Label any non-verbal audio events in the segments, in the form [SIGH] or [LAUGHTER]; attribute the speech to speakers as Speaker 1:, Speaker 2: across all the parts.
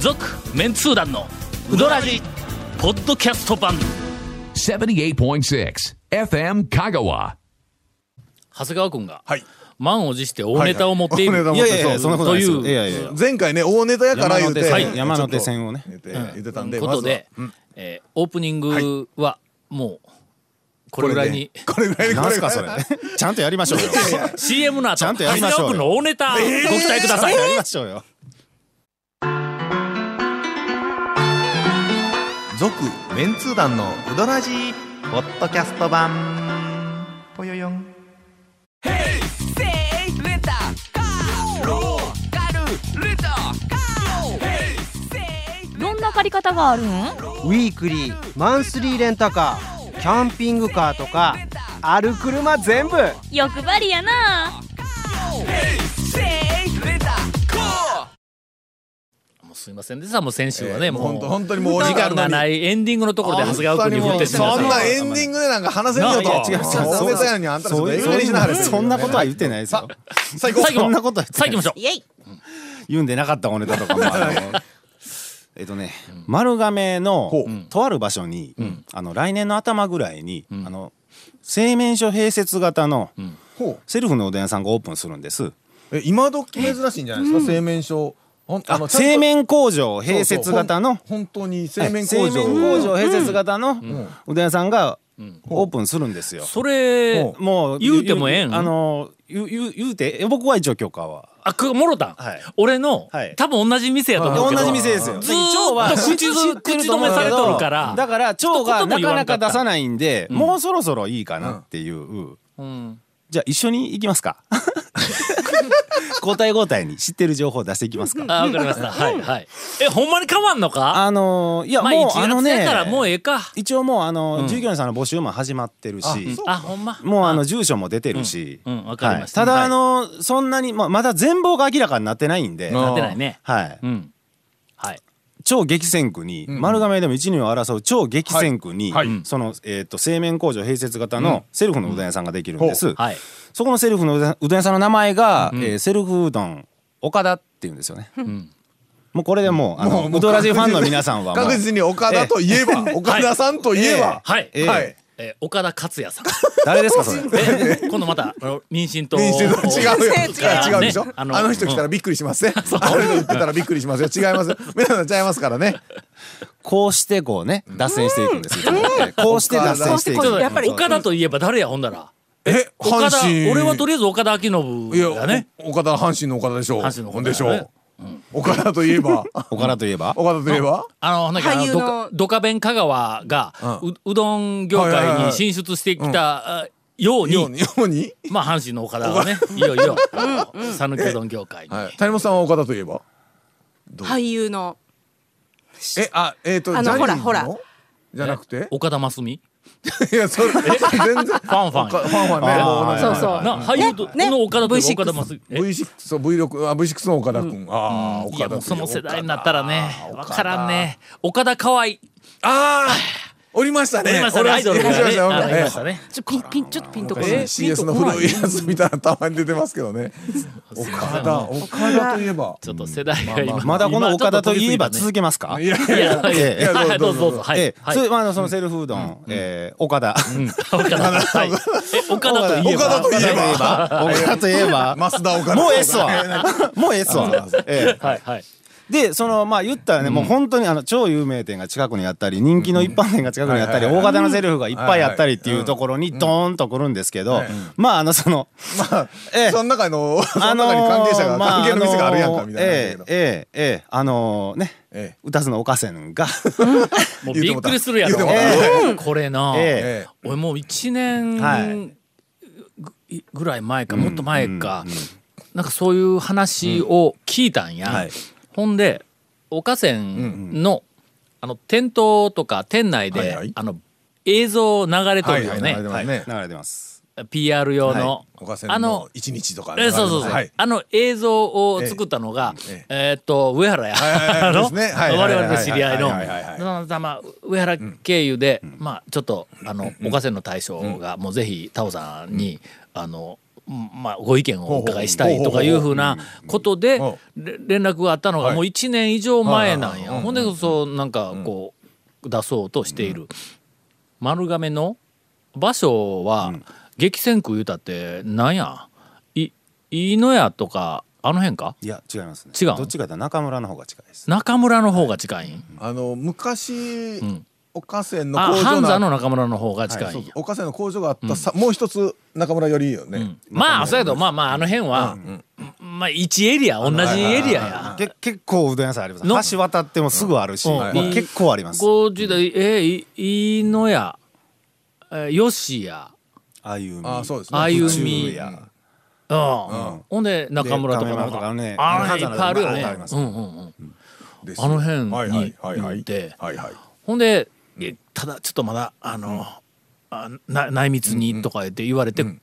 Speaker 1: 続メンツー団のウドラジポッドキャスト版
Speaker 2: 78.6 FM Kagawa.
Speaker 1: 長谷川君が
Speaker 3: はい
Speaker 1: 満を持して大ネタを持っている、
Speaker 3: はいはい
Speaker 4: いやいやいや、そんなことないですよ。
Speaker 1: という
Speaker 4: いやいやいや。
Speaker 3: 前回ね大ネタやから言うて、
Speaker 4: 山手
Speaker 3: ちょっと
Speaker 4: 線山手線をね
Speaker 3: 言って言ってたんで、
Speaker 1: こ
Speaker 3: ま
Speaker 1: と
Speaker 3: ずは
Speaker 1: で、えーオープニングはもうこれぐらいに、
Speaker 3: これぐらいに
Speaker 4: なんすか
Speaker 3: こ
Speaker 4: そ
Speaker 3: ぐ [LAUGHS]
Speaker 4: れ
Speaker 3: らい。
Speaker 4: ちゃんとやりましょうよ。
Speaker 1: CM の後
Speaker 4: ちゃんとやりましょ
Speaker 1: 長谷
Speaker 4: うよ
Speaker 1: 川君の大ネタご期待ください、
Speaker 4: やりましょうよ。
Speaker 5: 続メンツー団のウドラジーポッドキャスト版ぽよよん
Speaker 6: どんな借り方があるん
Speaker 7: ウィークリーマンスリーレンタカーキャンピングカーとかある車全部
Speaker 6: 欲張りやな
Speaker 1: もうすいませんでしたもう先週はね、もう
Speaker 3: 本当本当にもう。
Speaker 1: 時間がないいエンディングのところで長谷川君に振ってしま
Speaker 3: そ
Speaker 1: っ
Speaker 3: んな
Speaker 1: た
Speaker 3: エンディングでなんか話せんよと。
Speaker 1: いや違う違う
Speaker 3: 大ネタやのにあんたらちょっ
Speaker 4: そう
Speaker 3: と
Speaker 4: い
Speaker 3: 英
Speaker 4: う
Speaker 3: 語にしなはれ。
Speaker 4: そんなことは言ってないですよ。
Speaker 3: 最高。
Speaker 1: 最後
Speaker 4: そんなことは
Speaker 1: さあ行きましょう
Speaker 6: イエイ
Speaker 4: 言うんでなかったおネタとかもあのえっとね丸亀の
Speaker 3: ほう
Speaker 4: うんとある場所にあの来年の頭ぐらいにあの製麺所併設型の
Speaker 3: ほ
Speaker 4: セルフのおでん屋さんがオープンするんです
Speaker 3: うえ今時珍しいんじゃないですか製麺所。ほんあのちゃんと
Speaker 4: 製麺工場併設型
Speaker 3: そ
Speaker 4: の
Speaker 3: うそうほん本当に製麺
Speaker 4: は
Speaker 3: 工
Speaker 4: い製
Speaker 3: 場。
Speaker 4: 麺工場併設型のおでん屋さんがオープンするんですよ
Speaker 1: それ
Speaker 3: も
Speaker 4: もう
Speaker 1: 言うてもええん
Speaker 4: あの言う言う言うて僕は一応許可は
Speaker 1: あくもろたん、
Speaker 4: はい
Speaker 1: 俺の、
Speaker 4: はい
Speaker 1: 多分同じ店やと思う
Speaker 4: 同
Speaker 1: けど
Speaker 4: じ店ですよ
Speaker 1: ずーっ
Speaker 4: [LAUGHS]
Speaker 1: と口ず口止めされとるから
Speaker 4: だから蝶がなかなか出さ
Speaker 1: い、
Speaker 4: ないんで、もうそろそろいいかなっていう、
Speaker 1: うん
Speaker 4: じゃあ一緒に行きますか交代交代に知ってる情報出していきますか
Speaker 1: あわかりましたはいはいえほんまに変わんのか
Speaker 4: あのーいや
Speaker 1: まあ1
Speaker 4: もうあ
Speaker 1: 月
Speaker 4: のね
Speaker 1: やからもうええか
Speaker 4: 一応もうあの、従業員さんの募集も始まってるし
Speaker 1: あほんま
Speaker 4: もうあの住所も出てるし、
Speaker 1: うんうんわかりました
Speaker 4: はいた
Speaker 1: は
Speaker 4: だ
Speaker 1: い
Speaker 4: あのーそんなにまあまだ全貌が明らかになってないんで、
Speaker 1: なってないね
Speaker 4: はい、
Speaker 1: うんはい
Speaker 4: 超激戦区に、丸亀でも一二を争う超激戦区に、
Speaker 3: はい
Speaker 4: うんその、えー、と製麺工場併設型のセルフのうどん屋さんができるんです、
Speaker 3: う
Speaker 1: はい
Speaker 4: そこのセルフのうどんうどん屋さんの名前が、えーセルフうどん岡田っていうんですよね、もうこれでもうあの
Speaker 3: もう
Speaker 4: うどらじファンの皆さんはもう
Speaker 3: 確実に岡田といえば岡田さんといえば。
Speaker 1: はい、
Speaker 4: えー
Speaker 3: はい。
Speaker 1: えー岡田克也さん
Speaker 4: 誰ですかそれ
Speaker 1: え今度また妊娠と
Speaker 3: 妊娠と違う
Speaker 1: [LAUGHS]
Speaker 3: よ。違うでしょ。
Speaker 1: ね
Speaker 3: あの人来たらびっくりしますね。あの人言ってたらびっくりしますよ。違います。皆さんちゃいますからね。
Speaker 4: [LAUGHS] こうしてこうね脱線していくんですよ、こうして脱線していく
Speaker 1: ちょっと岡田といえば誰やほんだら
Speaker 3: え、
Speaker 1: 岡
Speaker 3: 阪
Speaker 1: 田
Speaker 3: 神。
Speaker 1: 俺はとりあえず岡田彰
Speaker 3: いや
Speaker 1: 信だね
Speaker 3: お岡田阪神の岡田でしょう。
Speaker 1: 阪神の岡田
Speaker 3: でしょう。岡田といえ [LAUGHS] ば、
Speaker 4: 岡田といえば
Speaker 3: 岡田といえば、
Speaker 1: あの、なんかあの、
Speaker 8: 俳優
Speaker 1: ド
Speaker 8: の
Speaker 1: カドカベン香川が
Speaker 3: う
Speaker 1: う、うどん業
Speaker 3: はいはい
Speaker 1: 界
Speaker 3: は
Speaker 1: に
Speaker 3: い
Speaker 1: 進出してきたあよう
Speaker 3: よう
Speaker 1: に、
Speaker 3: に、ように。
Speaker 1: まあ、阪神の岡田はね、いよいよ、讃岐うどん業界に。
Speaker 3: はい。谷本さんは岡田といえば。
Speaker 8: 俳優の
Speaker 3: え、あ、えっと、
Speaker 8: あの
Speaker 3: ジャニーズ
Speaker 8: ほらほら
Speaker 3: じゃなくて。
Speaker 1: 岡田真澄
Speaker 3: いや、 [LAUGHS] それ、全然。
Speaker 1: フ
Speaker 3: フ
Speaker 1: ァンファン
Speaker 3: ァンファンね、もうなん
Speaker 8: そう
Speaker 3: か。
Speaker 8: そう
Speaker 1: な、俳優と
Speaker 8: ね
Speaker 1: の岡田といえば
Speaker 8: V6
Speaker 1: 岡田真澄。え
Speaker 3: V6 そう V6 あ V6 の岡田君、ああ岡
Speaker 1: い
Speaker 3: 田
Speaker 1: や、
Speaker 3: と
Speaker 1: も
Speaker 3: いうえば
Speaker 1: その世代になったらね、わ
Speaker 3: 岡田
Speaker 1: からんね。岡田河合。
Speaker 3: ああおりましたね
Speaker 1: おりましたね、アイドルが
Speaker 3: おりまし
Speaker 1: ね。あのいましたたね。
Speaker 8: ちょピンピンちょっとピンとこない
Speaker 3: ね CS の古いやつみたいなたまに出てますけ
Speaker 1: [LAUGHS]
Speaker 3: どね岡田岡田といえば
Speaker 1: ちょっと世代が今。
Speaker 4: まだこの岡田といえば
Speaker 1: 今ちょ
Speaker 4: 続
Speaker 1: っ
Speaker 4: けますか
Speaker 3: いやい
Speaker 1: と [LAUGHS] い
Speaker 3: や
Speaker 1: や、はい
Speaker 4: ええ
Speaker 1: はいはいどうぞどうぞ。はい
Speaker 4: ええ。
Speaker 1: はい
Speaker 4: それまああのそのセルフうどん、えー岡田、 [LAUGHS]
Speaker 1: 岡田はいえ岡田といえば。
Speaker 3: 岡田といえば
Speaker 4: [LAUGHS] 岡田といえば
Speaker 3: 増田岡田
Speaker 4: もうええ
Speaker 3: [LAUGHS]
Speaker 4: っすわもうええっすわ、ええ
Speaker 1: はいはい。
Speaker 4: でそのまあ言ったらね、もう本当にあの超有名店が近くにあったり人気の一般店が近くにあったり、
Speaker 3: うんはい
Speaker 4: 大型のセルフがいっぱいあったりっていうところにドーンとくるんですけど、
Speaker 3: い
Speaker 4: まああのその
Speaker 3: まあ、
Speaker 4: ええ
Speaker 3: その中の、その
Speaker 4: あ
Speaker 3: 中に関係者が、
Speaker 4: まあ
Speaker 3: 関係の店があるやん
Speaker 4: あ
Speaker 3: か、
Speaker 4: の
Speaker 3: みたいな感じ
Speaker 4: え
Speaker 3: だけど。
Speaker 4: えええええあのね、
Speaker 3: ええ
Speaker 4: うたすのおかせんが
Speaker 1: もうびっくりするやろ
Speaker 3: 言うてもた
Speaker 1: ええこれな、
Speaker 4: え
Speaker 1: 俺もう1年、
Speaker 4: はい
Speaker 1: ぐぐらい前かもっと前か、なんかそういう話を聞いたんや、
Speaker 4: はい
Speaker 1: ほんで岡線の,、あの店頭とか店内で、
Speaker 3: はいはい
Speaker 1: あの映像流れとるよね、
Speaker 3: はいはいはいでもね
Speaker 4: 流れてます。
Speaker 1: PR 用の、
Speaker 3: 岡瀬
Speaker 1: あ
Speaker 3: の
Speaker 1: の
Speaker 3: 一日とかね。
Speaker 1: えそうそうそう、
Speaker 3: はい。
Speaker 1: あの映像を作ったのが、
Speaker 3: ええ
Speaker 1: えーっと上原や、
Speaker 3: はいはいはい
Speaker 1: あの、
Speaker 3: ですねはいはいはい
Speaker 1: 我々の知り合いの、
Speaker 3: はいはいはいはい
Speaker 1: まあまあ上原経由で、まあちょっとあの岡瀬の大将がもうぜひタオさんに、あのうんまあ、ご意見をお伺いしたいとかいうふうなことで
Speaker 3: ほうほ
Speaker 1: れ連絡があったのがもう1年以上前なんや
Speaker 3: はいはいはい
Speaker 1: ほんでそうなんかこう出そうとしている丸亀の場所は激戦区言うたってなんやい飯野屋とかあの辺か
Speaker 4: いや違いますね
Speaker 1: 違う
Speaker 4: どっちかというと中村の方が近いです
Speaker 1: 中村の方が近いん
Speaker 3: あの昔、
Speaker 1: ん
Speaker 3: 岡線の
Speaker 1: あ
Speaker 3: 工
Speaker 1: 半
Speaker 3: 場
Speaker 1: 座
Speaker 3: の
Speaker 1: の中村の方が近
Speaker 3: はいそ
Speaker 1: いう
Speaker 3: そ
Speaker 1: ん
Speaker 3: う岡線の工場があったさ、もう一つ中村よりいいよね、
Speaker 1: まあそうやけどまあまああの辺はまあ1エリア同じエリアや。
Speaker 4: け結構うどん屋さんありま
Speaker 1: の
Speaker 4: す橋渡ってもすぐあるし、
Speaker 1: うん
Speaker 4: ま
Speaker 1: は
Speaker 4: あ
Speaker 1: い
Speaker 4: 結構あります
Speaker 1: 5時代えーいいのやえーよしや
Speaker 4: あゆみ
Speaker 3: ああそうですね
Speaker 1: あゆ
Speaker 4: 中
Speaker 1: み
Speaker 4: や
Speaker 1: うんほんで中村とか
Speaker 4: 亀山とかね
Speaker 1: あの辺い
Speaker 4: 金
Speaker 1: っ
Speaker 4: 沢
Speaker 1: ぱいあるよ
Speaker 4: の
Speaker 1: ね
Speaker 4: あります
Speaker 1: うんうんうん
Speaker 3: です
Speaker 1: あの辺に
Speaker 3: はいはいはいは
Speaker 1: 行
Speaker 3: い
Speaker 1: って
Speaker 3: はいはい
Speaker 1: ほんでえただちょっとまだあのあな内密にとか言って言われて今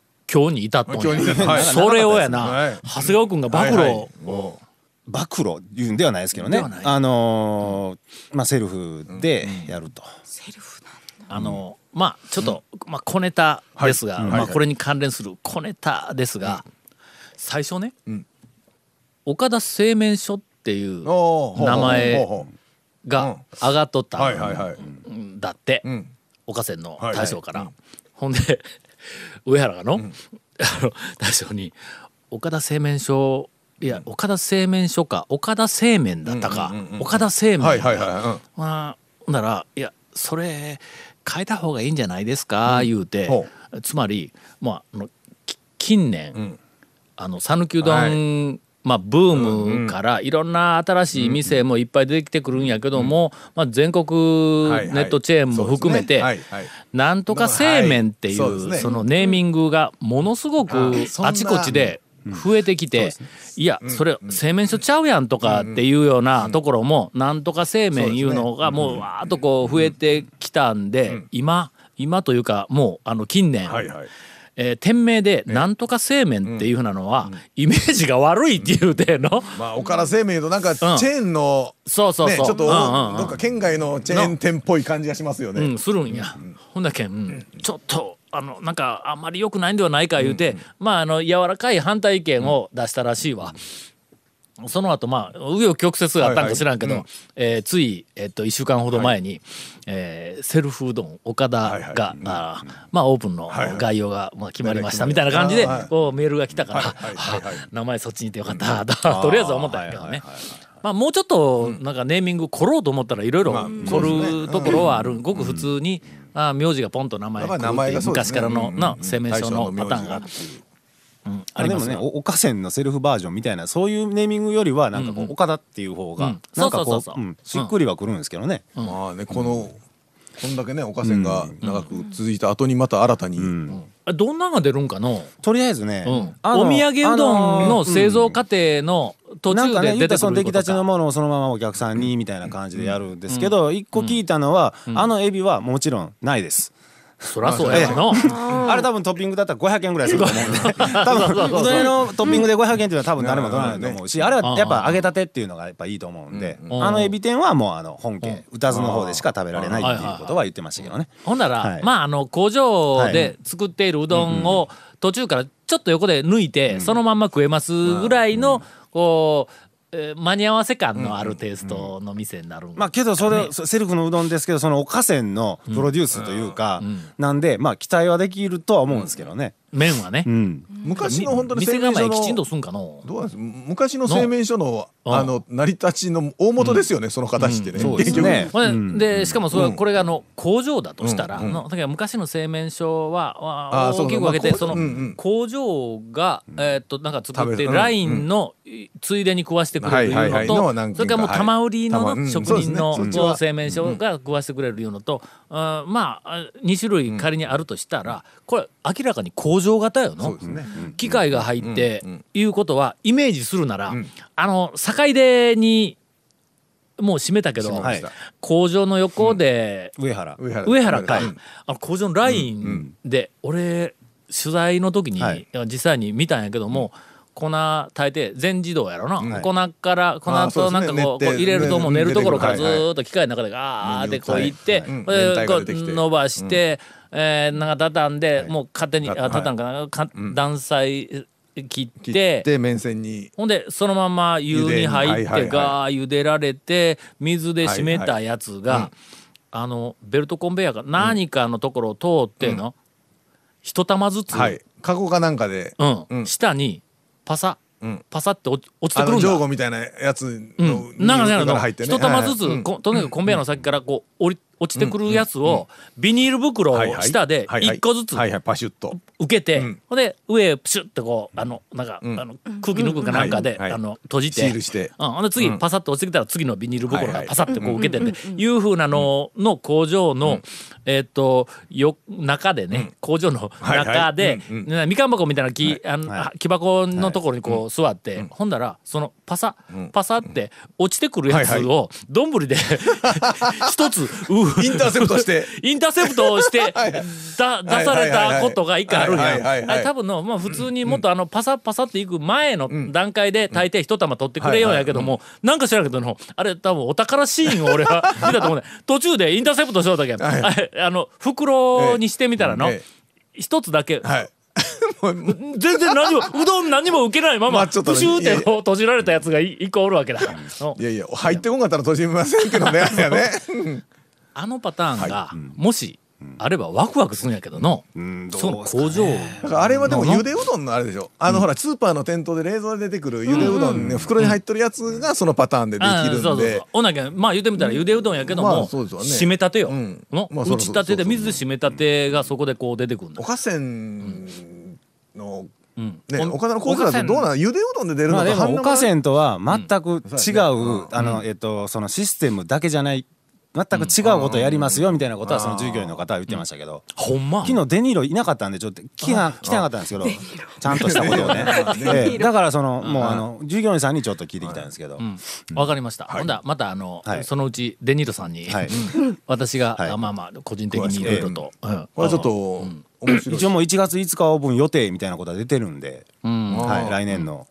Speaker 1: 日に至ったんや
Speaker 3: 今日に至ったはい
Speaker 1: それをや
Speaker 3: はい
Speaker 1: な長谷川君が暴露
Speaker 3: はいは
Speaker 1: を
Speaker 3: いも
Speaker 4: 暴露言うんではないですけどね
Speaker 1: ではない
Speaker 4: あのーまあセルフでやると、
Speaker 8: セルフなん
Speaker 1: あの、まあちょっと、まあ、小ネタですが、まあ、これに関連する小ネタですが、最初ね、
Speaker 3: ん
Speaker 1: 岡田製麺所っていう
Speaker 3: うおーほうほう
Speaker 1: 名前
Speaker 3: ほうほ
Speaker 1: が上がっとっ
Speaker 3: う
Speaker 1: た
Speaker 3: はいはいはい、
Speaker 1: んだって、
Speaker 3: うん、
Speaker 1: 岡線の大将から。ほんで [LAUGHS] 上原がの,、 [LAUGHS] あの大将に「岡田製麺所いや岡田製麺所か岡田製麺だったか、岡田製麺
Speaker 3: はいはいはいはい、うん
Speaker 1: まあ、ほんなら「いやそれ変えた方がいいんじゃないですか」言うて、
Speaker 3: ほ
Speaker 1: つまり、まあ、あのき近年、
Speaker 3: ん
Speaker 1: あの讃岐うどん、まあ、ブームからいろんな新しい店もいっぱい出てきてくるんやけども、まあ、全国
Speaker 3: はいはい
Speaker 1: ネットチェーンも含めて、
Speaker 3: そうですねはいはい
Speaker 1: なんとか製麺っていう,、
Speaker 3: はい
Speaker 1: そ
Speaker 3: そうですね
Speaker 1: のネーミングがものすごく
Speaker 3: あそんな
Speaker 1: あちこちで増えてきて、いやそれ製麺所ちゃうやんとかっていうようなところもなんとか製麺いうのがもうわーっとこう増えてきたんで今今というかもうあの近年、
Speaker 3: はいはい
Speaker 1: えー店名で「なんとか製麺」っていうふうなのはイメージが悪いっていうての、
Speaker 3: まあ、岡田製麺となんかチェーンの、
Speaker 1: そうそうそう、
Speaker 3: ね、ちょっと、
Speaker 1: うんうんうん
Speaker 3: どっか県外のチェーン店っぽい感じがしますよね。
Speaker 1: うん、するんや、ほんだけん、ちょっとあのなんかあんまり良くないんではないか言うて、まああの柔らかい反対意見を出したらしいわ、その後まあ紆余曲折があったんか知らんけど、
Speaker 3: はいは
Speaker 1: えーつい、えっと1週間ほど前に、えーセルフうどん岡田が、
Speaker 3: はいはい
Speaker 1: あーまあオープンの
Speaker 3: はいはい
Speaker 1: 概要が、まあ、決まりました
Speaker 3: はい
Speaker 1: みたいな感じで、
Speaker 3: あーはい
Speaker 1: こうメールが来たから、
Speaker 3: はいはいはいはい
Speaker 1: あ名前そっちにいてよかった、 [LAUGHS] ととりあえずは思ったんやけどね。まあ、もうちょっとなんかネーミング凝ろうと思ったらいろいろ
Speaker 3: まあ
Speaker 1: 凝るところはあるごく普通に、あ名字がポンと名前
Speaker 3: や
Speaker 1: が
Speaker 3: っ
Speaker 1: 来る
Speaker 3: ぱり名
Speaker 1: って
Speaker 3: 前
Speaker 1: いう
Speaker 3: がそうで
Speaker 1: 昔
Speaker 3: す
Speaker 1: か
Speaker 3: ね。
Speaker 1: らのな
Speaker 3: うん
Speaker 1: 生命書のパターンがあ
Speaker 4: あ
Speaker 1: り
Speaker 4: で
Speaker 1: ま
Speaker 4: も
Speaker 1: す
Speaker 4: ね
Speaker 1: よ
Speaker 4: お岡線のセルフバージョンみたいなそういうネーミングよりはなんかこう岡田っていう方
Speaker 1: う
Speaker 4: が
Speaker 1: ん
Speaker 4: なんか
Speaker 1: そ
Speaker 4: こ
Speaker 1: うそうそうそうう
Speaker 4: うんしっくりはくるんですけどね
Speaker 3: まあねこの、こんだけね岡線が長く続いた後にまた新たに、
Speaker 1: あどんなんが出るんかの,、
Speaker 4: とりあえずね
Speaker 1: うん、
Speaker 4: あの
Speaker 1: お土産うどんの製造過程の途
Speaker 4: なん
Speaker 1: 中
Speaker 4: か
Speaker 1: で
Speaker 4: ね、言
Speaker 1: 出
Speaker 4: う
Speaker 1: て
Speaker 4: たら
Speaker 1: く
Speaker 4: その
Speaker 1: る
Speaker 4: 出
Speaker 1: こ
Speaker 4: 来
Speaker 1: と
Speaker 4: たちの
Speaker 1: か
Speaker 4: ものをそのままお客さんにみたいな感じでやるんですけど、一個聞いたのは、あのエビはもちろんないです。
Speaker 1: そらそうやわの
Speaker 4: あれ多分トッピングだったら500円ぐらいすると思うんで [LAUGHS] 多
Speaker 1: そうそうそう
Speaker 4: 分うどん屋のトッピングで500円っていうのは多分誰も取らないと思うしあれはやっぱ揚げたてっていうのがやっぱいいと思うんで
Speaker 1: ん
Speaker 4: あのエビ天はもうあの本家宇多津の方でしか食べられないっていうことは言ってましたけどね。
Speaker 1: [LAUGHS] ほんなら、
Speaker 4: はい
Speaker 1: まああの工場で作っているうどんを途中からちょっと横で抜いて、そのまんま食えますぐらいの、こう、えー間に合わせ感のあるテイストの店になるん
Speaker 4: まあけどそれセルフのうどんですけどそのおかせんのプロデュースというかなんでまあ期待はできるとは思うんですけどね。
Speaker 1: 麺はね、
Speaker 4: うん
Speaker 3: 昔の本当に
Speaker 1: 店
Speaker 3: 製麺
Speaker 1: 構
Speaker 3: 所
Speaker 1: え
Speaker 3: の
Speaker 1: きちんとすんかの
Speaker 3: どうなんです昔の製麺所の
Speaker 1: の
Speaker 3: あの成り立ちの大元ですよね、その形ってね。
Speaker 4: そうですね。
Speaker 1: ほんででしかもそれはこれがあの工場だとしたら、のだから昔の製麺所はわ
Speaker 3: あーそうそう
Speaker 1: 大きく分けて
Speaker 3: まあ
Speaker 1: その
Speaker 3: うんうん
Speaker 1: 工場が、えーっとなんか作っ
Speaker 3: 食べ
Speaker 1: て
Speaker 3: るうん
Speaker 1: ラインのいついでに食わしてくれると
Speaker 3: はい
Speaker 1: う
Speaker 3: いはいはいのは
Speaker 1: の
Speaker 3: 何
Speaker 1: とそれ
Speaker 3: 軒か
Speaker 1: からもう玉
Speaker 3: はい
Speaker 1: 売りの
Speaker 3: 玉う
Speaker 1: なん職人の
Speaker 3: そうですねそっちは
Speaker 1: 製麺所が食わしてくれるいうのと、うんまあ2種類仮にあるとしたらこれ明らかに工場型よ
Speaker 3: そう
Speaker 1: の
Speaker 3: です。ね。
Speaker 1: 機械が入っていうことはイメージするなら、あの境出にもう閉めたけど、
Speaker 4: 閉めました
Speaker 1: 工場の横で、
Speaker 4: 上原。
Speaker 3: 上
Speaker 1: 上原か、
Speaker 3: うん
Speaker 1: あの工場のラインで、俺取材の時に、
Speaker 4: はい
Speaker 1: 実際に見たんやけども、粉炊いて全自動やろな、
Speaker 4: はい
Speaker 1: 粉から粉
Speaker 3: あーそ
Speaker 1: と
Speaker 3: うで
Speaker 1: な
Speaker 3: す
Speaker 1: ん
Speaker 3: ね
Speaker 1: かこう,、
Speaker 3: 練
Speaker 1: こ
Speaker 3: って
Speaker 1: う入れるともう
Speaker 3: ね
Speaker 1: 寝るところからず
Speaker 3: 練ってくる
Speaker 1: ーっと機械の中でガーってこういって、
Speaker 3: うん
Speaker 1: えー
Speaker 3: 明太
Speaker 1: こ
Speaker 3: が
Speaker 1: う
Speaker 3: 出てきて
Speaker 1: 伸ばして、えー、なんか畳んで、もう勝手に、
Speaker 3: は
Speaker 1: あ
Speaker 3: い
Speaker 1: 畳んかな、か断裁切っ
Speaker 3: 切
Speaker 1: て
Speaker 3: って面線に
Speaker 1: ほんでそのまま湯に入っ
Speaker 3: 茹で
Speaker 1: て
Speaker 3: に
Speaker 1: ガー茹でられて水で締めたやつがあのベルトコンベヤーが何かのところを通っての一玉ずつ
Speaker 3: はいカゴかなんかで、
Speaker 1: うん
Speaker 3: うん
Speaker 1: 下にパサ
Speaker 3: うん
Speaker 1: パサって落ち落ちて
Speaker 3: あ
Speaker 1: くる
Speaker 3: の
Speaker 1: ん
Speaker 3: ジョー
Speaker 1: だ。
Speaker 3: ゴみたいなやつ
Speaker 1: う
Speaker 3: の
Speaker 1: ん、なんかなんか
Speaker 3: から
Speaker 1: の
Speaker 3: 入ってね
Speaker 1: 一玉ず
Speaker 3: はいは
Speaker 1: つ
Speaker 3: い
Speaker 1: こ、とにかくコンベヤーの先からこう降り落ちてくるやつをビニール袋
Speaker 3: はいは
Speaker 1: を
Speaker 3: い
Speaker 1: 下で
Speaker 3: はいはい
Speaker 1: 一個ずつ
Speaker 3: はいはいパシュッと
Speaker 1: 受けて、
Speaker 3: うん
Speaker 1: ほんで上へプシュってこうあのなんか、あの空気抜くかなんかで、
Speaker 3: うんはい
Speaker 1: あの閉じて
Speaker 3: シールして
Speaker 1: うん、ほんで次パサッと落ちてきたら次のビニール袋
Speaker 3: はい
Speaker 1: が
Speaker 3: はい
Speaker 1: パサッてこう受けてっていうふうなのの工場の、えっ、とよ中でね、工場の
Speaker 3: いはい
Speaker 1: 中で、
Speaker 3: うんうん
Speaker 1: ねみかん箱みたいな木,、あの
Speaker 4: は
Speaker 1: 木箱のところにこう座って、ほんだらそのパサパサって落ちてくるやつ
Speaker 3: はい
Speaker 1: をどんぶり
Speaker 3: [LAUGHS]
Speaker 1: で一つう
Speaker 3: インターセプトして
Speaker 1: インターセプトを
Speaker 3: [LAUGHS]
Speaker 1: してだ出されたことが一回あるん
Speaker 3: はいはいはいはい
Speaker 1: や
Speaker 3: は
Speaker 1: あ
Speaker 3: い
Speaker 1: れ多分の、まあ、普通にもっとあのパサッパサっていく前の段階で大抵一玉取ってくれようやけどもなんか知らんけどのあれ多分お宝シーンを俺は見たと思うね途中でインターセプトしようだけんあれあの袋にしてみたらの
Speaker 3: え
Speaker 1: 一つだけ
Speaker 3: はいもう
Speaker 1: 全然何もうどん何も受けないまま
Speaker 3: まあちょっと
Speaker 1: プ
Speaker 3: ね
Speaker 1: シューってこう閉じられたやつがい一個おるわけだ。うん
Speaker 3: いやいや入ってこんかったら閉じませんけどねあれ
Speaker 1: [LAUGHS]
Speaker 3: やね
Speaker 1: あのパターンがもしあればワクワクするんやけどの
Speaker 4: んどう
Speaker 1: その工場
Speaker 3: だからあれはでもゆでうどんのあれでしょあのほらスーパーの店頭で冷蔵で出てくるゆでうどんね袋に入ってるやつがそのパターンでできる
Speaker 1: そう
Speaker 3: ん
Speaker 1: そう
Speaker 3: で
Speaker 1: そうおなきゃまあ言うてみたらゆでうどんやけども、
Speaker 3: まあそうですよね
Speaker 1: 締めたてよ、
Speaker 3: うん
Speaker 1: の
Speaker 3: まあ
Speaker 1: 打
Speaker 3: そら
Speaker 1: ち
Speaker 3: そう
Speaker 1: たてで
Speaker 3: そうそう
Speaker 1: 水で締めたてがそこでこう出てくるんだ
Speaker 3: お、かせんの
Speaker 1: うん
Speaker 3: ね
Speaker 1: ほん
Speaker 3: おかせんのコースだとどうなのゆでうどんで出るの
Speaker 4: まあ
Speaker 3: か
Speaker 4: でもおかせ
Speaker 3: ん
Speaker 4: んとは全く違う、
Speaker 3: うん
Speaker 4: あのえっとそのシステムだけじゃない全く違うことやりますよみたいなことはその従業員の方は言ってましたけど、
Speaker 1: ほんま
Speaker 4: 昨日デニーロいなかったんでちょっと来な来てなかったんですけどちゃんとしたことをね、ええだからそのもうあの従業員さんにちょっと聞いてきたんですけど、
Speaker 1: わかりました、ほんだらまたあの、
Speaker 4: はい
Speaker 1: そのうちデニートさんに、
Speaker 4: はい
Speaker 1: うん [LAUGHS] 私が、
Speaker 4: はい
Speaker 1: あまあまあ個人的にいろいろと、うん
Speaker 3: これはちょっと面白い
Speaker 4: 一応もう1月5日オープン予定みたいなことは出てるんで、
Speaker 1: うん
Speaker 4: はい、来年の、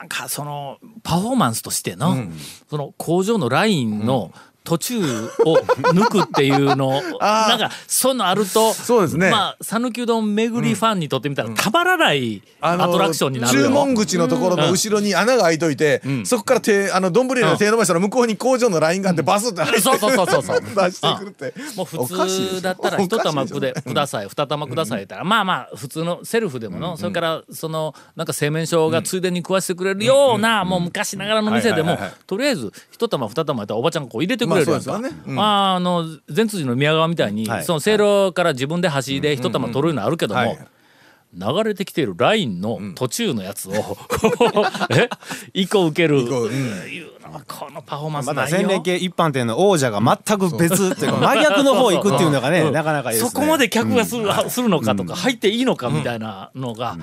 Speaker 1: なんかそのパフォーマンスとしての、その工場のラインの途中を抜くっていうのを
Speaker 3: [LAUGHS]
Speaker 1: なんかそういうのあると
Speaker 3: そうですね
Speaker 1: まあ讃岐うどん巡りファンにとってみたらたまらないア
Speaker 3: の
Speaker 1: トラクションになるよ、
Speaker 3: 注文口のところの後ろに穴が開いといて、そこから手あの丼の手伸ばしたら向こうに工場のラインがあってバスって入って
Speaker 1: そうそうそうそうそう
Speaker 3: [LAUGHS] 出してくるって
Speaker 1: [LAUGHS] もう普
Speaker 3: おかしいでしょ
Speaker 1: 通だったら
Speaker 3: お
Speaker 1: 一
Speaker 3: かしい
Speaker 1: 玉
Speaker 3: しょ
Speaker 1: くでください二玉くださいって言ったらまあまあ普通のセルフでものそれからそのなんか製麺所がついでに食わしてくれるようなもう昔ながらの店で
Speaker 3: は
Speaker 1: も
Speaker 3: いはいはい
Speaker 1: とりあえず一玉二玉やったらおばちゃんがこう入れてくれるやん
Speaker 3: ま
Speaker 1: か
Speaker 3: あそうですよねうん
Speaker 1: まああの善通寺の宮川みたいに
Speaker 4: はい
Speaker 1: そのせいろから自分で端で一玉取るのあるけど
Speaker 3: は
Speaker 1: も
Speaker 3: い
Speaker 1: 流れてきているラインの途中のやつを [LAUGHS] え
Speaker 3: [LAUGHS]
Speaker 1: 一個受ける
Speaker 3: 個うん
Speaker 1: いうのはこのパフォーマンス
Speaker 4: ま
Speaker 1: な
Speaker 4: た
Speaker 1: いよ
Speaker 4: 洗礼系一般店の王者が全く別っていうか真逆の方行くっていうのがね、なかなかいいですね
Speaker 1: そこまで客がする,あ、するのかとか、入っていいのかみたいなのが、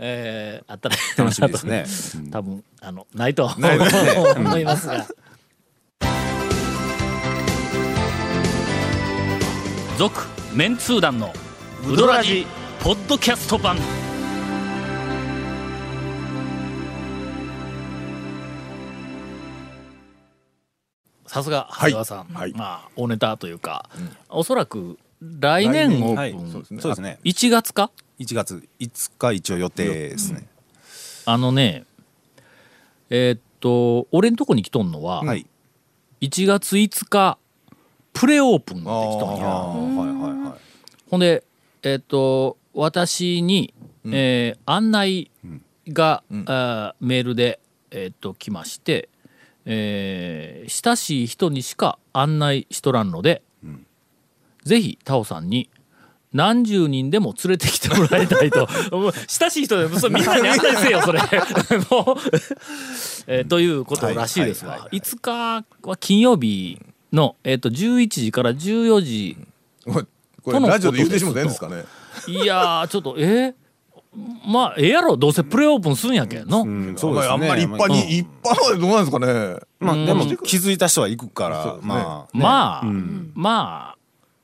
Speaker 1: えーあったら
Speaker 4: 楽しみですね
Speaker 1: 多分あのないと
Speaker 3: [LAUGHS] ないで
Speaker 1: [LAUGHS]
Speaker 3: すね
Speaker 1: 思いますが。続メンツー団のウドラジポッドキャスト版さすが長谷川さん、
Speaker 3: はい
Speaker 1: まあ大ネタというか、おそらく来年オープン、
Speaker 4: はい、そうですねそうですね
Speaker 1: 1月か
Speaker 4: 1月5日一応予定ですね、
Speaker 1: あのねえーっと俺んとこに来とんのは、
Speaker 4: はい
Speaker 1: 1月5日プレオープンで来とん
Speaker 4: あ
Speaker 1: や
Speaker 4: あはいはいはい
Speaker 1: ほんでえーっと私に、えー案内が、あーメールで、えーっと来まして、えー親しい人にしか案内しとらんので、ぜひタオさんに何十人でも連れてきてもらいたい
Speaker 4: [LAUGHS]
Speaker 1: ともう親しい人でもそれみんなに案内せよそれもう、えーということらしいですが、
Speaker 4: はいはいはい
Speaker 1: 5日は金曜日の、えー、と11時から14時、
Speaker 3: これこれラジオで言ってしもたんですかね
Speaker 1: いやーちょっとえーまあええやろどうせプレオープンするんやけんの、
Speaker 4: うんそうですね
Speaker 3: あんまり一般
Speaker 1: うん
Speaker 3: に一般はどうなんですかね
Speaker 4: まあでも気づいた人は行くから、まあ、
Speaker 1: まあ、まあ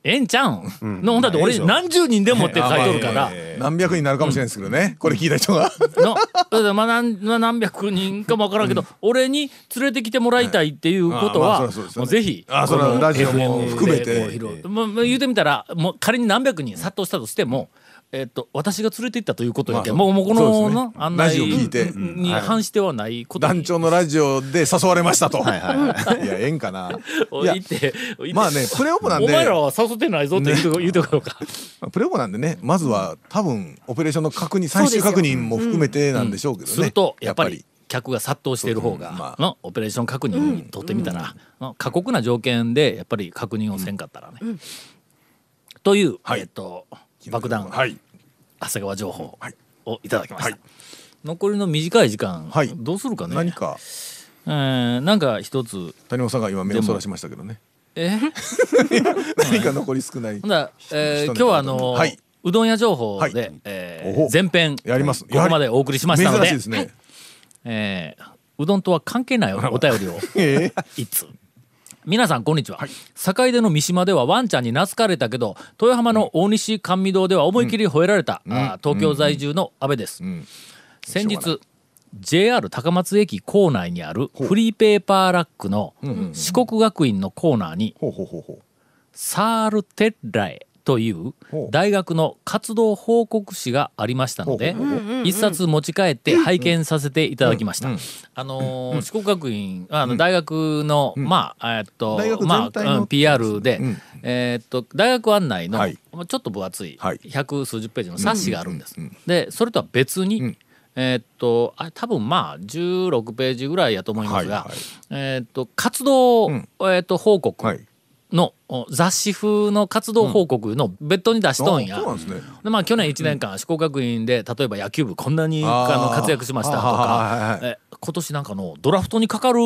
Speaker 1: ええんちゃうん、のほんだって俺何十人でもって書いとるから、
Speaker 3: 何百になるかもしれないですけどね、これ聞いた人が
Speaker 1: のだからまあ何まあ何百人かもわからんけど、俺に連れてきてもらいたいっていうこと
Speaker 3: あ
Speaker 1: は、
Speaker 3: あまあそうですよね
Speaker 1: もうぜひ
Speaker 3: あそれは
Speaker 1: この
Speaker 3: ラジオも
Speaker 1: FM
Speaker 3: 含めて
Speaker 1: でもう広いまあまあ言うてみたらもう仮に何百人殺到したとしても。えっと、私が連れて行ったということやけん、
Speaker 3: まあ
Speaker 1: もうもうこ
Speaker 3: そうです
Speaker 1: の、
Speaker 3: ね
Speaker 1: な案
Speaker 3: ラ
Speaker 1: 内
Speaker 3: ジオ聞いて
Speaker 1: に反してはないこと
Speaker 3: 団
Speaker 1: に
Speaker 3: 長のラジオで誘われましたと。
Speaker 4: はいはいは
Speaker 3: [LAUGHS]
Speaker 4: い
Speaker 3: いや、ええんかな。いや
Speaker 1: 言って言って
Speaker 3: まあね、プレオポなん
Speaker 1: お前ら
Speaker 3: で、
Speaker 1: は誘ってないぞって言うとこ [LAUGHS] 言うところか。
Speaker 3: プレオポなんでね、まずは多分、オペレーションの確認、最終確認も含めてなんでしょうけどね。
Speaker 1: するとやっぱり客が殺到している方が、
Speaker 3: そうそうまあ
Speaker 1: のオペレーション確認にとってみたら、の過酷な条件でやっぱり確認をせんかったらね。という、
Speaker 3: はい
Speaker 1: えっと
Speaker 3: やっぱり、
Speaker 1: 爆弾、
Speaker 3: はい。
Speaker 1: 長谷川情報
Speaker 3: はい
Speaker 1: をいただきました。
Speaker 3: はい
Speaker 1: 残りの短い時間、
Speaker 3: はい
Speaker 1: どうするかね。
Speaker 3: 何か、
Speaker 1: えーなんか一つ、
Speaker 3: 谷本さんが今目をそらしましたけどね。
Speaker 1: えー
Speaker 3: [LAUGHS] 何か残り少ない
Speaker 1: ほん。だ、えー今
Speaker 3: 人に
Speaker 1: 日はあの、
Speaker 3: はいう
Speaker 1: どん屋情報で、
Speaker 3: はい
Speaker 1: えー
Speaker 3: おほ
Speaker 1: 前編
Speaker 3: やります
Speaker 1: ここまでお送りしましたので
Speaker 3: 珍しいですね。
Speaker 1: えーうどんとは関係ないおお便りを
Speaker 3: [LAUGHS] ええ
Speaker 1: 一通皆さんこんにちは、坂出の三島ではワンちゃんに懐かれたけど豊浜の大西甘味堂では思い切り吠えられた、あー東京在住の阿部です、
Speaker 3: ん
Speaker 1: 先
Speaker 3: しょ
Speaker 1: 日 JR 高松駅構内にあるフリーペーパーラックの四国学院のコーナーに
Speaker 3: ほうほうほうほ
Speaker 1: サール・テッラエという
Speaker 3: ほう
Speaker 1: 大学の活動報告誌がありましたので
Speaker 3: ほう
Speaker 1: 一冊持ち帰って拝見させていただきました。あのー四国学院あの大学の、まあえっと
Speaker 3: 大学
Speaker 1: ま
Speaker 3: 全体の
Speaker 1: あうん PR で、
Speaker 3: うん
Speaker 1: えっと大学案内の、
Speaker 3: はい
Speaker 1: まあちょっと分厚い
Speaker 3: はい
Speaker 1: 百数十ページの冊子があるんです。
Speaker 3: うんうん
Speaker 1: でそれとは別に、
Speaker 3: ん
Speaker 1: えっとあ多分まあ16ページぐらいやと思いますが、
Speaker 3: はいはい
Speaker 1: えっと活動、
Speaker 3: ん
Speaker 1: えっと報告、
Speaker 3: う。はい。
Speaker 1: のお雑誌風の活動報告の別途に出しとんや。
Speaker 3: あそうなんですね。
Speaker 1: でまあ、去年1年間、四国学院で例えば野球部こんなに
Speaker 3: あー
Speaker 1: あの活躍しましたと
Speaker 3: あーはい
Speaker 1: か
Speaker 3: は、い
Speaker 1: え今年なんかのドラフトにかかる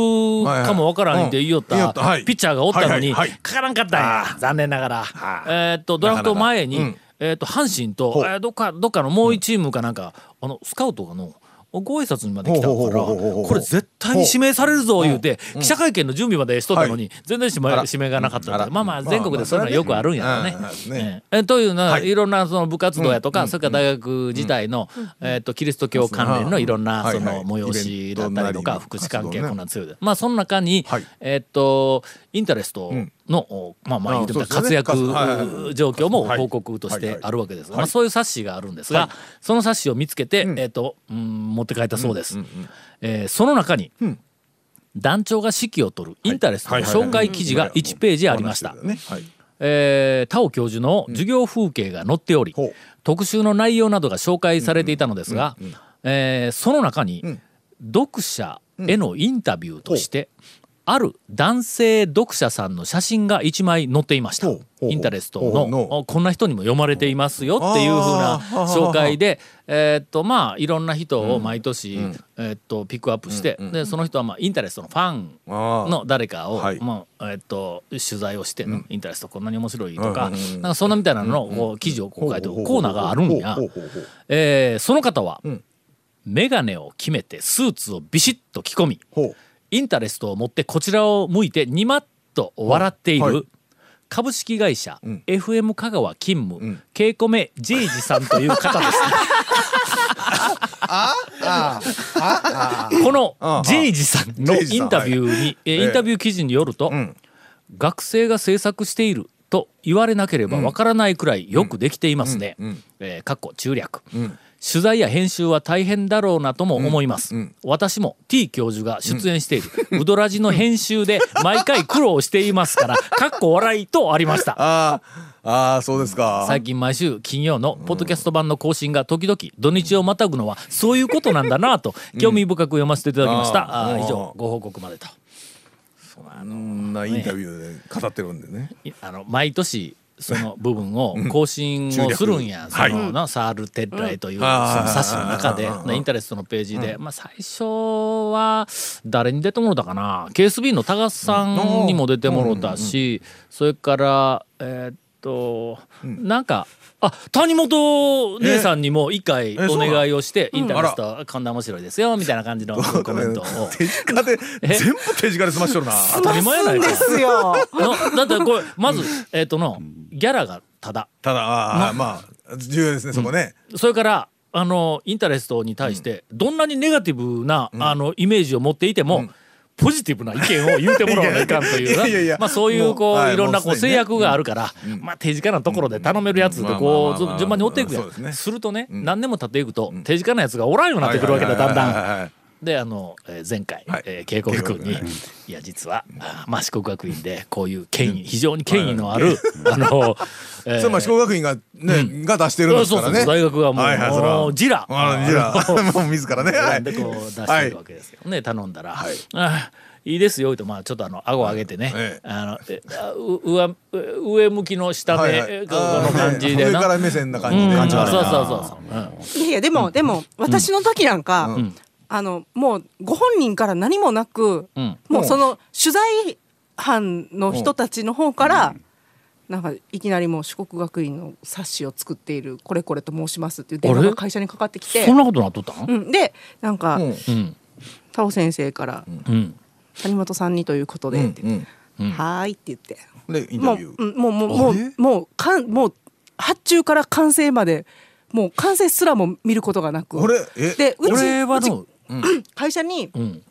Speaker 1: かもわからんって言いよっ
Speaker 3: はい
Speaker 1: た
Speaker 3: はいうん言いよったはい
Speaker 1: ピッチャーがおったのに
Speaker 3: は
Speaker 1: か
Speaker 3: いはいはい
Speaker 1: からんかったんや残念ながら。えーっとドラフト前に
Speaker 3: なかなか
Speaker 1: えーっと阪神と
Speaker 3: ほう
Speaker 1: えーどっかどっかのもう一チームかなんかあのスカウトがのご挨拶にまで来たか
Speaker 3: ほうほう
Speaker 1: ら
Speaker 3: ほうほうほうほう
Speaker 1: これ絶対に指名されるぞ言うて記者会見の準備までしとったのに全然指名
Speaker 3: あら
Speaker 1: 指名がなかった
Speaker 3: あ
Speaker 1: の
Speaker 3: ら
Speaker 1: でまあまあ全国でそういうのはよくあるんやろうね
Speaker 3: まあまあそれはねうんうんうん。
Speaker 1: えーというのは
Speaker 3: はい
Speaker 1: いろんなその部活動やとか、それから大学時代の、えー、とキリスト教関連のいろんな
Speaker 3: はい
Speaker 1: そ
Speaker 3: は
Speaker 1: の
Speaker 3: い
Speaker 1: 催しだったりと
Speaker 3: イベントな
Speaker 1: か
Speaker 3: り
Speaker 1: 福祉関係
Speaker 3: 活動ね
Speaker 1: こんなん強いでまあその中に、
Speaker 3: はい
Speaker 1: えっとインタレスト
Speaker 3: ん
Speaker 1: の、おまあまあ言うてみたら
Speaker 3: あそう
Speaker 1: 活
Speaker 3: ですよね
Speaker 1: 躍
Speaker 3: はいはいは
Speaker 1: 状況も
Speaker 3: はい
Speaker 1: 報告とし
Speaker 3: はい
Speaker 1: て
Speaker 3: はい
Speaker 1: あるわけですが、まあ、そういう冊子があるんですが、その冊子を見つけて、えーとうん持って帰ったそうです。えーその中に、団長が指揮を取るインタレストの紹介記事が1ページありました。
Speaker 3: ね。はい。
Speaker 1: えー、田尾教授の授業風景が載っており、
Speaker 3: ほう
Speaker 1: 特集の内容などが紹介されていたのですが、えーその中に、読者へのインタビューとして、ある男性読者さんの写真が1枚載っていました
Speaker 3: ほうほうほう
Speaker 1: インタレスト
Speaker 3: ほう
Speaker 1: の
Speaker 3: ほう
Speaker 1: おこんな人にも読まれていますよっていうふうな
Speaker 3: あー
Speaker 1: 紹介で、えーっとまあいろんな人を毎年、えーっとピックアップして、でその人は、まあ、インタレストのファン
Speaker 3: ああ
Speaker 1: の誰かを、
Speaker 3: はい
Speaker 1: まあえっと、取材をして、インタレストこんなに面白いとか,、なんかそんなみたいなのをこう記事をこう書いてるコーナーがあるんや
Speaker 3: ほうほうほうほう
Speaker 1: えーその方は、
Speaker 3: ん
Speaker 1: メガネを決めてスーツをビシッと着込み
Speaker 3: ほう。
Speaker 1: インタレストを持ってこちらを向いてにまっと笑っている、
Speaker 3: はい
Speaker 1: 株式会社、
Speaker 3: ん
Speaker 1: FM 香川勤務、
Speaker 3: ん
Speaker 1: ケイコメジェイジさんという方ですねこのジェイジさんの
Speaker 3: ジェイジ
Speaker 1: イ
Speaker 3: さん
Speaker 1: ンタビューに、えー
Speaker 3: ええ
Speaker 1: インタビュー記事によると、
Speaker 3: ん
Speaker 1: 学生が制作していると言われなければわからないくらいよくできていますね。えーかっこ中略、取材や編集は大変だろうなとも思います、私も T 教授が出演している、ウドラジの編集で毎回苦労していますからかっこ笑いとありました
Speaker 3: ああ、ああ、そうですか。
Speaker 1: 最近毎週金曜のポッドキャスト版の更新が時々土日をまたぐのはそういうことなんだなと興味深く読ませていただきました、
Speaker 3: うん
Speaker 1: あ
Speaker 3: あ
Speaker 1: ー
Speaker 3: ー
Speaker 1: 以上ご報告までと
Speaker 3: こんなインタビューで語ってるんで
Speaker 1: [LAUGHS]
Speaker 3: ね。
Speaker 1: いあの毎年その部分を更新をするんや、そのなサール・テッライというその冊子の中で、なインタレストのページで、まあ、最初は誰に出てもろたかな KSB の高須さんにも出てもろたし、それからえーっと、なんかあ谷本姉さんにも一回
Speaker 3: え
Speaker 1: お
Speaker 3: そうなの
Speaker 1: 願いをして「インターネ
Speaker 3: あ
Speaker 1: ッ
Speaker 3: ら
Speaker 1: トこんな面白いです
Speaker 3: [LAUGHS]
Speaker 1: よ」みたいな感じのコメントを。
Speaker 3: 手近で全部手近で済まし
Speaker 1: [LAUGHS]
Speaker 3: とるな
Speaker 1: 当たり前や
Speaker 3: [LAUGHS]
Speaker 1: ないか
Speaker 7: ですよ。
Speaker 1: なだってこれまずえっ、とのギャラがただ
Speaker 3: ただあーまあ重要ですねそこね
Speaker 1: それからあのインタレストに対してどんなにネガティブな、あのイメージを持っていても、ポジティブな意見を言うてもらわないかんとい
Speaker 3: い [LAUGHS] やいやいう
Speaker 1: [LAUGHS]
Speaker 3: や
Speaker 1: なまあそういうこう、
Speaker 3: もうはい
Speaker 1: い、ろんなこ
Speaker 3: も
Speaker 1: う
Speaker 3: うす
Speaker 1: 制
Speaker 3: でにね
Speaker 1: 約があるから、まあ手近なところで頼めるやつでこう
Speaker 3: う
Speaker 1: ず
Speaker 3: んまあまあまあまあ
Speaker 1: 順番に追っていくやん、
Speaker 3: そうですすね
Speaker 1: るとね、何年も経っていくと手近なやつがおらんようになってくるわけだ、だんだん。
Speaker 3: だん
Speaker 1: であの、えー前回、
Speaker 3: はい
Speaker 1: えー警告君に、
Speaker 3: 警告ね
Speaker 1: いや実は、あーまあ、四国学院でこういう権威、非常に権威のある、あ
Speaker 3: [LAUGHS]
Speaker 1: の、えー
Speaker 3: それまあ四国学院がねが出してるんです
Speaker 1: そう
Speaker 3: か
Speaker 1: そ
Speaker 3: ら
Speaker 1: うそう
Speaker 3: ね
Speaker 1: 大学がもう,、
Speaker 3: はいはいそれは
Speaker 1: もうジラ
Speaker 3: あじら [LAUGHS] もう自らねは
Speaker 1: 選
Speaker 3: い
Speaker 1: んでこう出してるわけですよね、頼んだら「い、あいいですよ」とまあちょっとあの顎上げてね、
Speaker 3: ええ
Speaker 1: あのえあう上上向きの下目、
Speaker 3: はいはい
Speaker 1: この感じで
Speaker 3: 上
Speaker 1: な。
Speaker 3: から目線な感
Speaker 1: う
Speaker 3: じ
Speaker 1: ん
Speaker 3: で
Speaker 1: そう
Speaker 3: 感じ
Speaker 1: そう
Speaker 3: 悪いな
Speaker 1: そうそう、うん
Speaker 8: いやいやでも、でも私の時なんか、
Speaker 1: ん
Speaker 8: あのもうご本人から何もなく、
Speaker 1: うん
Speaker 8: もうその取材班の人たちの方から、なんかいきなりもう四国学院の冊子を作っているこれこれと申しますっていう電話
Speaker 1: あ
Speaker 8: が
Speaker 1: れ
Speaker 8: 会社にかかってきて
Speaker 1: そんなことなっとったん、
Speaker 8: うん、でなんか、
Speaker 3: うん
Speaker 1: うん
Speaker 8: 太郎先生から、
Speaker 1: うん
Speaker 8: 谷本さんにということで」って言って
Speaker 1: うん
Speaker 8: はーい」って言って
Speaker 3: でインタ
Speaker 8: もう
Speaker 3: ビュー
Speaker 8: うんもうもうも
Speaker 3: あ
Speaker 8: う
Speaker 3: れ
Speaker 8: もうかんもう発注から完成までもう完成すらも見ることがなく
Speaker 3: これえ
Speaker 8: でうち
Speaker 1: 俺は
Speaker 8: うち
Speaker 1: の
Speaker 8: 会社に
Speaker 1: うん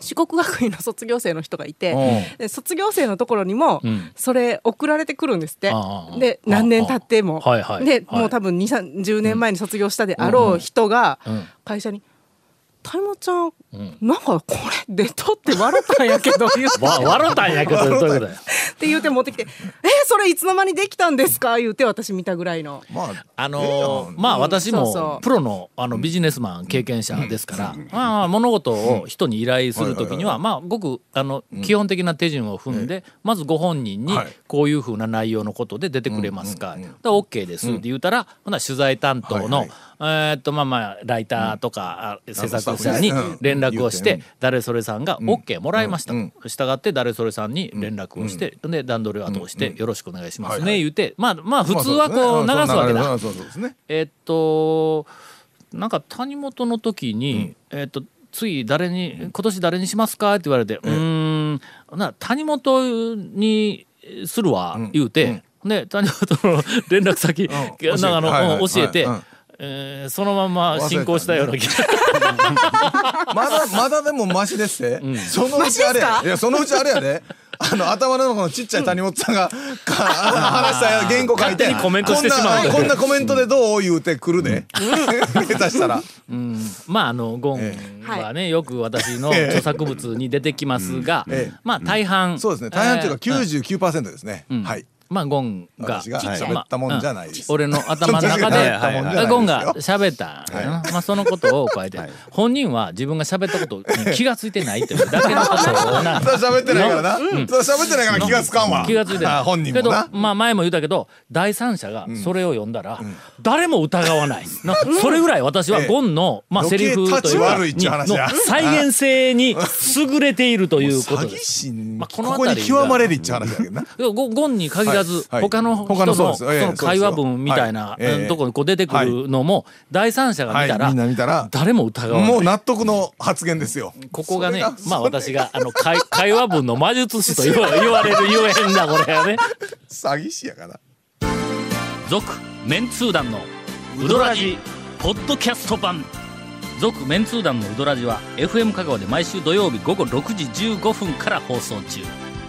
Speaker 8: 四国学院の卒業生の人がいて、
Speaker 3: う
Speaker 8: で卒業生のところにも、
Speaker 1: うん
Speaker 8: それ送られてくるんですって
Speaker 1: ああああ
Speaker 8: で
Speaker 1: ああ
Speaker 8: 何年経っても、
Speaker 1: はいはい
Speaker 8: で、
Speaker 1: はい
Speaker 8: もう多分20年前に卒業したであろう人が
Speaker 1: うんうん
Speaker 8: 会社に「谷本ちゃん、
Speaker 1: ん
Speaker 8: なんかこれ出とって笑ったんやけど」言うて
Speaker 1: わ笑たんやけどどういうことや
Speaker 8: って言うて持ってきて「えそれいつの間にできたんですか?」言うて私見たぐらいの。
Speaker 3: まあ
Speaker 1: あ
Speaker 3: え
Speaker 1: の
Speaker 3: え
Speaker 1: ーまあ
Speaker 8: うん
Speaker 1: 私
Speaker 8: そうそ
Speaker 1: も
Speaker 8: う
Speaker 1: プロのあのビジネスマン経験者ですから、まあ、物事を人に依頼する時にはまあごくあの基本的な手順を踏んでまずご本人に
Speaker 3: はい
Speaker 1: こういうふうな内容のことで出てくれますか、だから OK ですって言うたら、ほな取材担当の、
Speaker 3: はい
Speaker 1: えーっとまあまあライターとか、あ制作者
Speaker 3: ス
Speaker 1: に
Speaker 3: タッフねう
Speaker 1: 連
Speaker 3: ん
Speaker 1: 絡をし
Speaker 3: 言
Speaker 1: て
Speaker 3: うて
Speaker 1: 誰それさんが OK もらいました、
Speaker 3: うん
Speaker 1: 従って誰それさんに連絡をして、で段取りを後押してよろしくお願いしますね、
Speaker 3: はいはい
Speaker 1: 言うてまあまあ普通はこう流すわけだ。
Speaker 3: まあそうですね
Speaker 1: えっとなんか谷本の時に、えっと次誰に今年誰にしますかって言われて、うーんな谷本にするわ、言うて、で谷本の連絡先、
Speaker 3: うん
Speaker 1: [LAUGHS] なんかあの、
Speaker 3: はいはい
Speaker 1: うん教えて、
Speaker 3: はいはい
Speaker 1: えーそのまま進行したような気が、
Speaker 3: そうそうですねまだまだでもマシですってそのうちあれやいやそのうちあれやであの頭の中のちっちゃい谷本さんがか話した原稿書い
Speaker 1: 勝手
Speaker 3: て
Speaker 1: にコメントしてしまう
Speaker 3: こんなこんなコメントでどう言うてくるで下手したら
Speaker 1: [LAUGHS] まああのゴン
Speaker 3: え
Speaker 1: はね、よく私の著作物に出てきますが、
Speaker 3: ええ
Speaker 1: まあ大半
Speaker 3: そうですね大半というか
Speaker 1: えー
Speaker 3: 99%ですねはい
Speaker 1: まあゴンが
Speaker 3: 私が
Speaker 1: ちっちゃい
Speaker 3: 喋ったもんじゃないです
Speaker 1: まあうん俺の頭
Speaker 3: [LAUGHS]
Speaker 1: の中
Speaker 3: 私
Speaker 1: で
Speaker 3: が喋ったもんじゃないですよ
Speaker 1: ゴンが喋った、まあそのことを加えて、本人は自分が喋ったことに気がついてないというだけのことを
Speaker 3: [LAUGHS]
Speaker 1: な
Speaker 3: それ喋ってないからなそれ喋ってないから気がつかんわ
Speaker 1: 気がついてな
Speaker 3: あ
Speaker 1: い
Speaker 3: 本人もな
Speaker 1: けどまあ前も言ったけど第三者がそれを読んだら、誰も疑わない、なそれぐらい私は
Speaker 3: ええ
Speaker 1: ゴンの、まあ、セリフというか
Speaker 3: 余計立ち悪いっちゅう話や
Speaker 1: にの再現性に優れているというこ
Speaker 3: 詐
Speaker 1: とで
Speaker 3: 欺
Speaker 1: す。
Speaker 3: 師に
Speaker 1: まあこ
Speaker 3: こ
Speaker 1: の
Speaker 3: こ
Speaker 1: 辺
Speaker 3: に
Speaker 1: りが
Speaker 3: 極まれりっちゅう話だけどな
Speaker 1: ゴゴンに限らず
Speaker 3: はいはい
Speaker 1: 他の人
Speaker 3: 他
Speaker 1: の
Speaker 3: の
Speaker 1: そ
Speaker 3: そうですええ
Speaker 1: の会話文みたいな
Speaker 3: そうですよはい
Speaker 1: うん
Speaker 3: ええ
Speaker 1: とこにこう出てくるのも第三者が見た
Speaker 3: は
Speaker 1: ら
Speaker 3: いみんな見たら
Speaker 1: 誰も疑わな
Speaker 3: もう
Speaker 1: い。
Speaker 3: 納得の発言ですよ
Speaker 1: ここがね
Speaker 3: それが
Speaker 1: まあ私があの会会話文の魔術師と言
Speaker 3: [LAUGHS]
Speaker 1: わ言われるゆえんだこれはね。
Speaker 3: 詐欺師やから
Speaker 1: 続メンツー団のウドラジポッドキャスト版続メンツー団のウドラジは FM 香川で毎週土曜日午後6時15分から放送中。